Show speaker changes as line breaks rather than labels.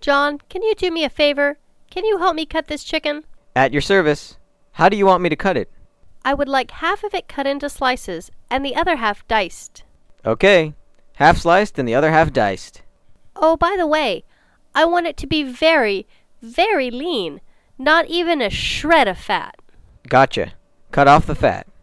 John, can you do me a favor? Can you help me cut this chicken?
At your service. How do you want me to cut it?
I would like half of it cut into slices and the other half diced.
Okay. Half sliced and the other half diced.
Oh, by the way, I want it to be very, very lean, not even a shred of fat.
Gotcha. Cut off the fat.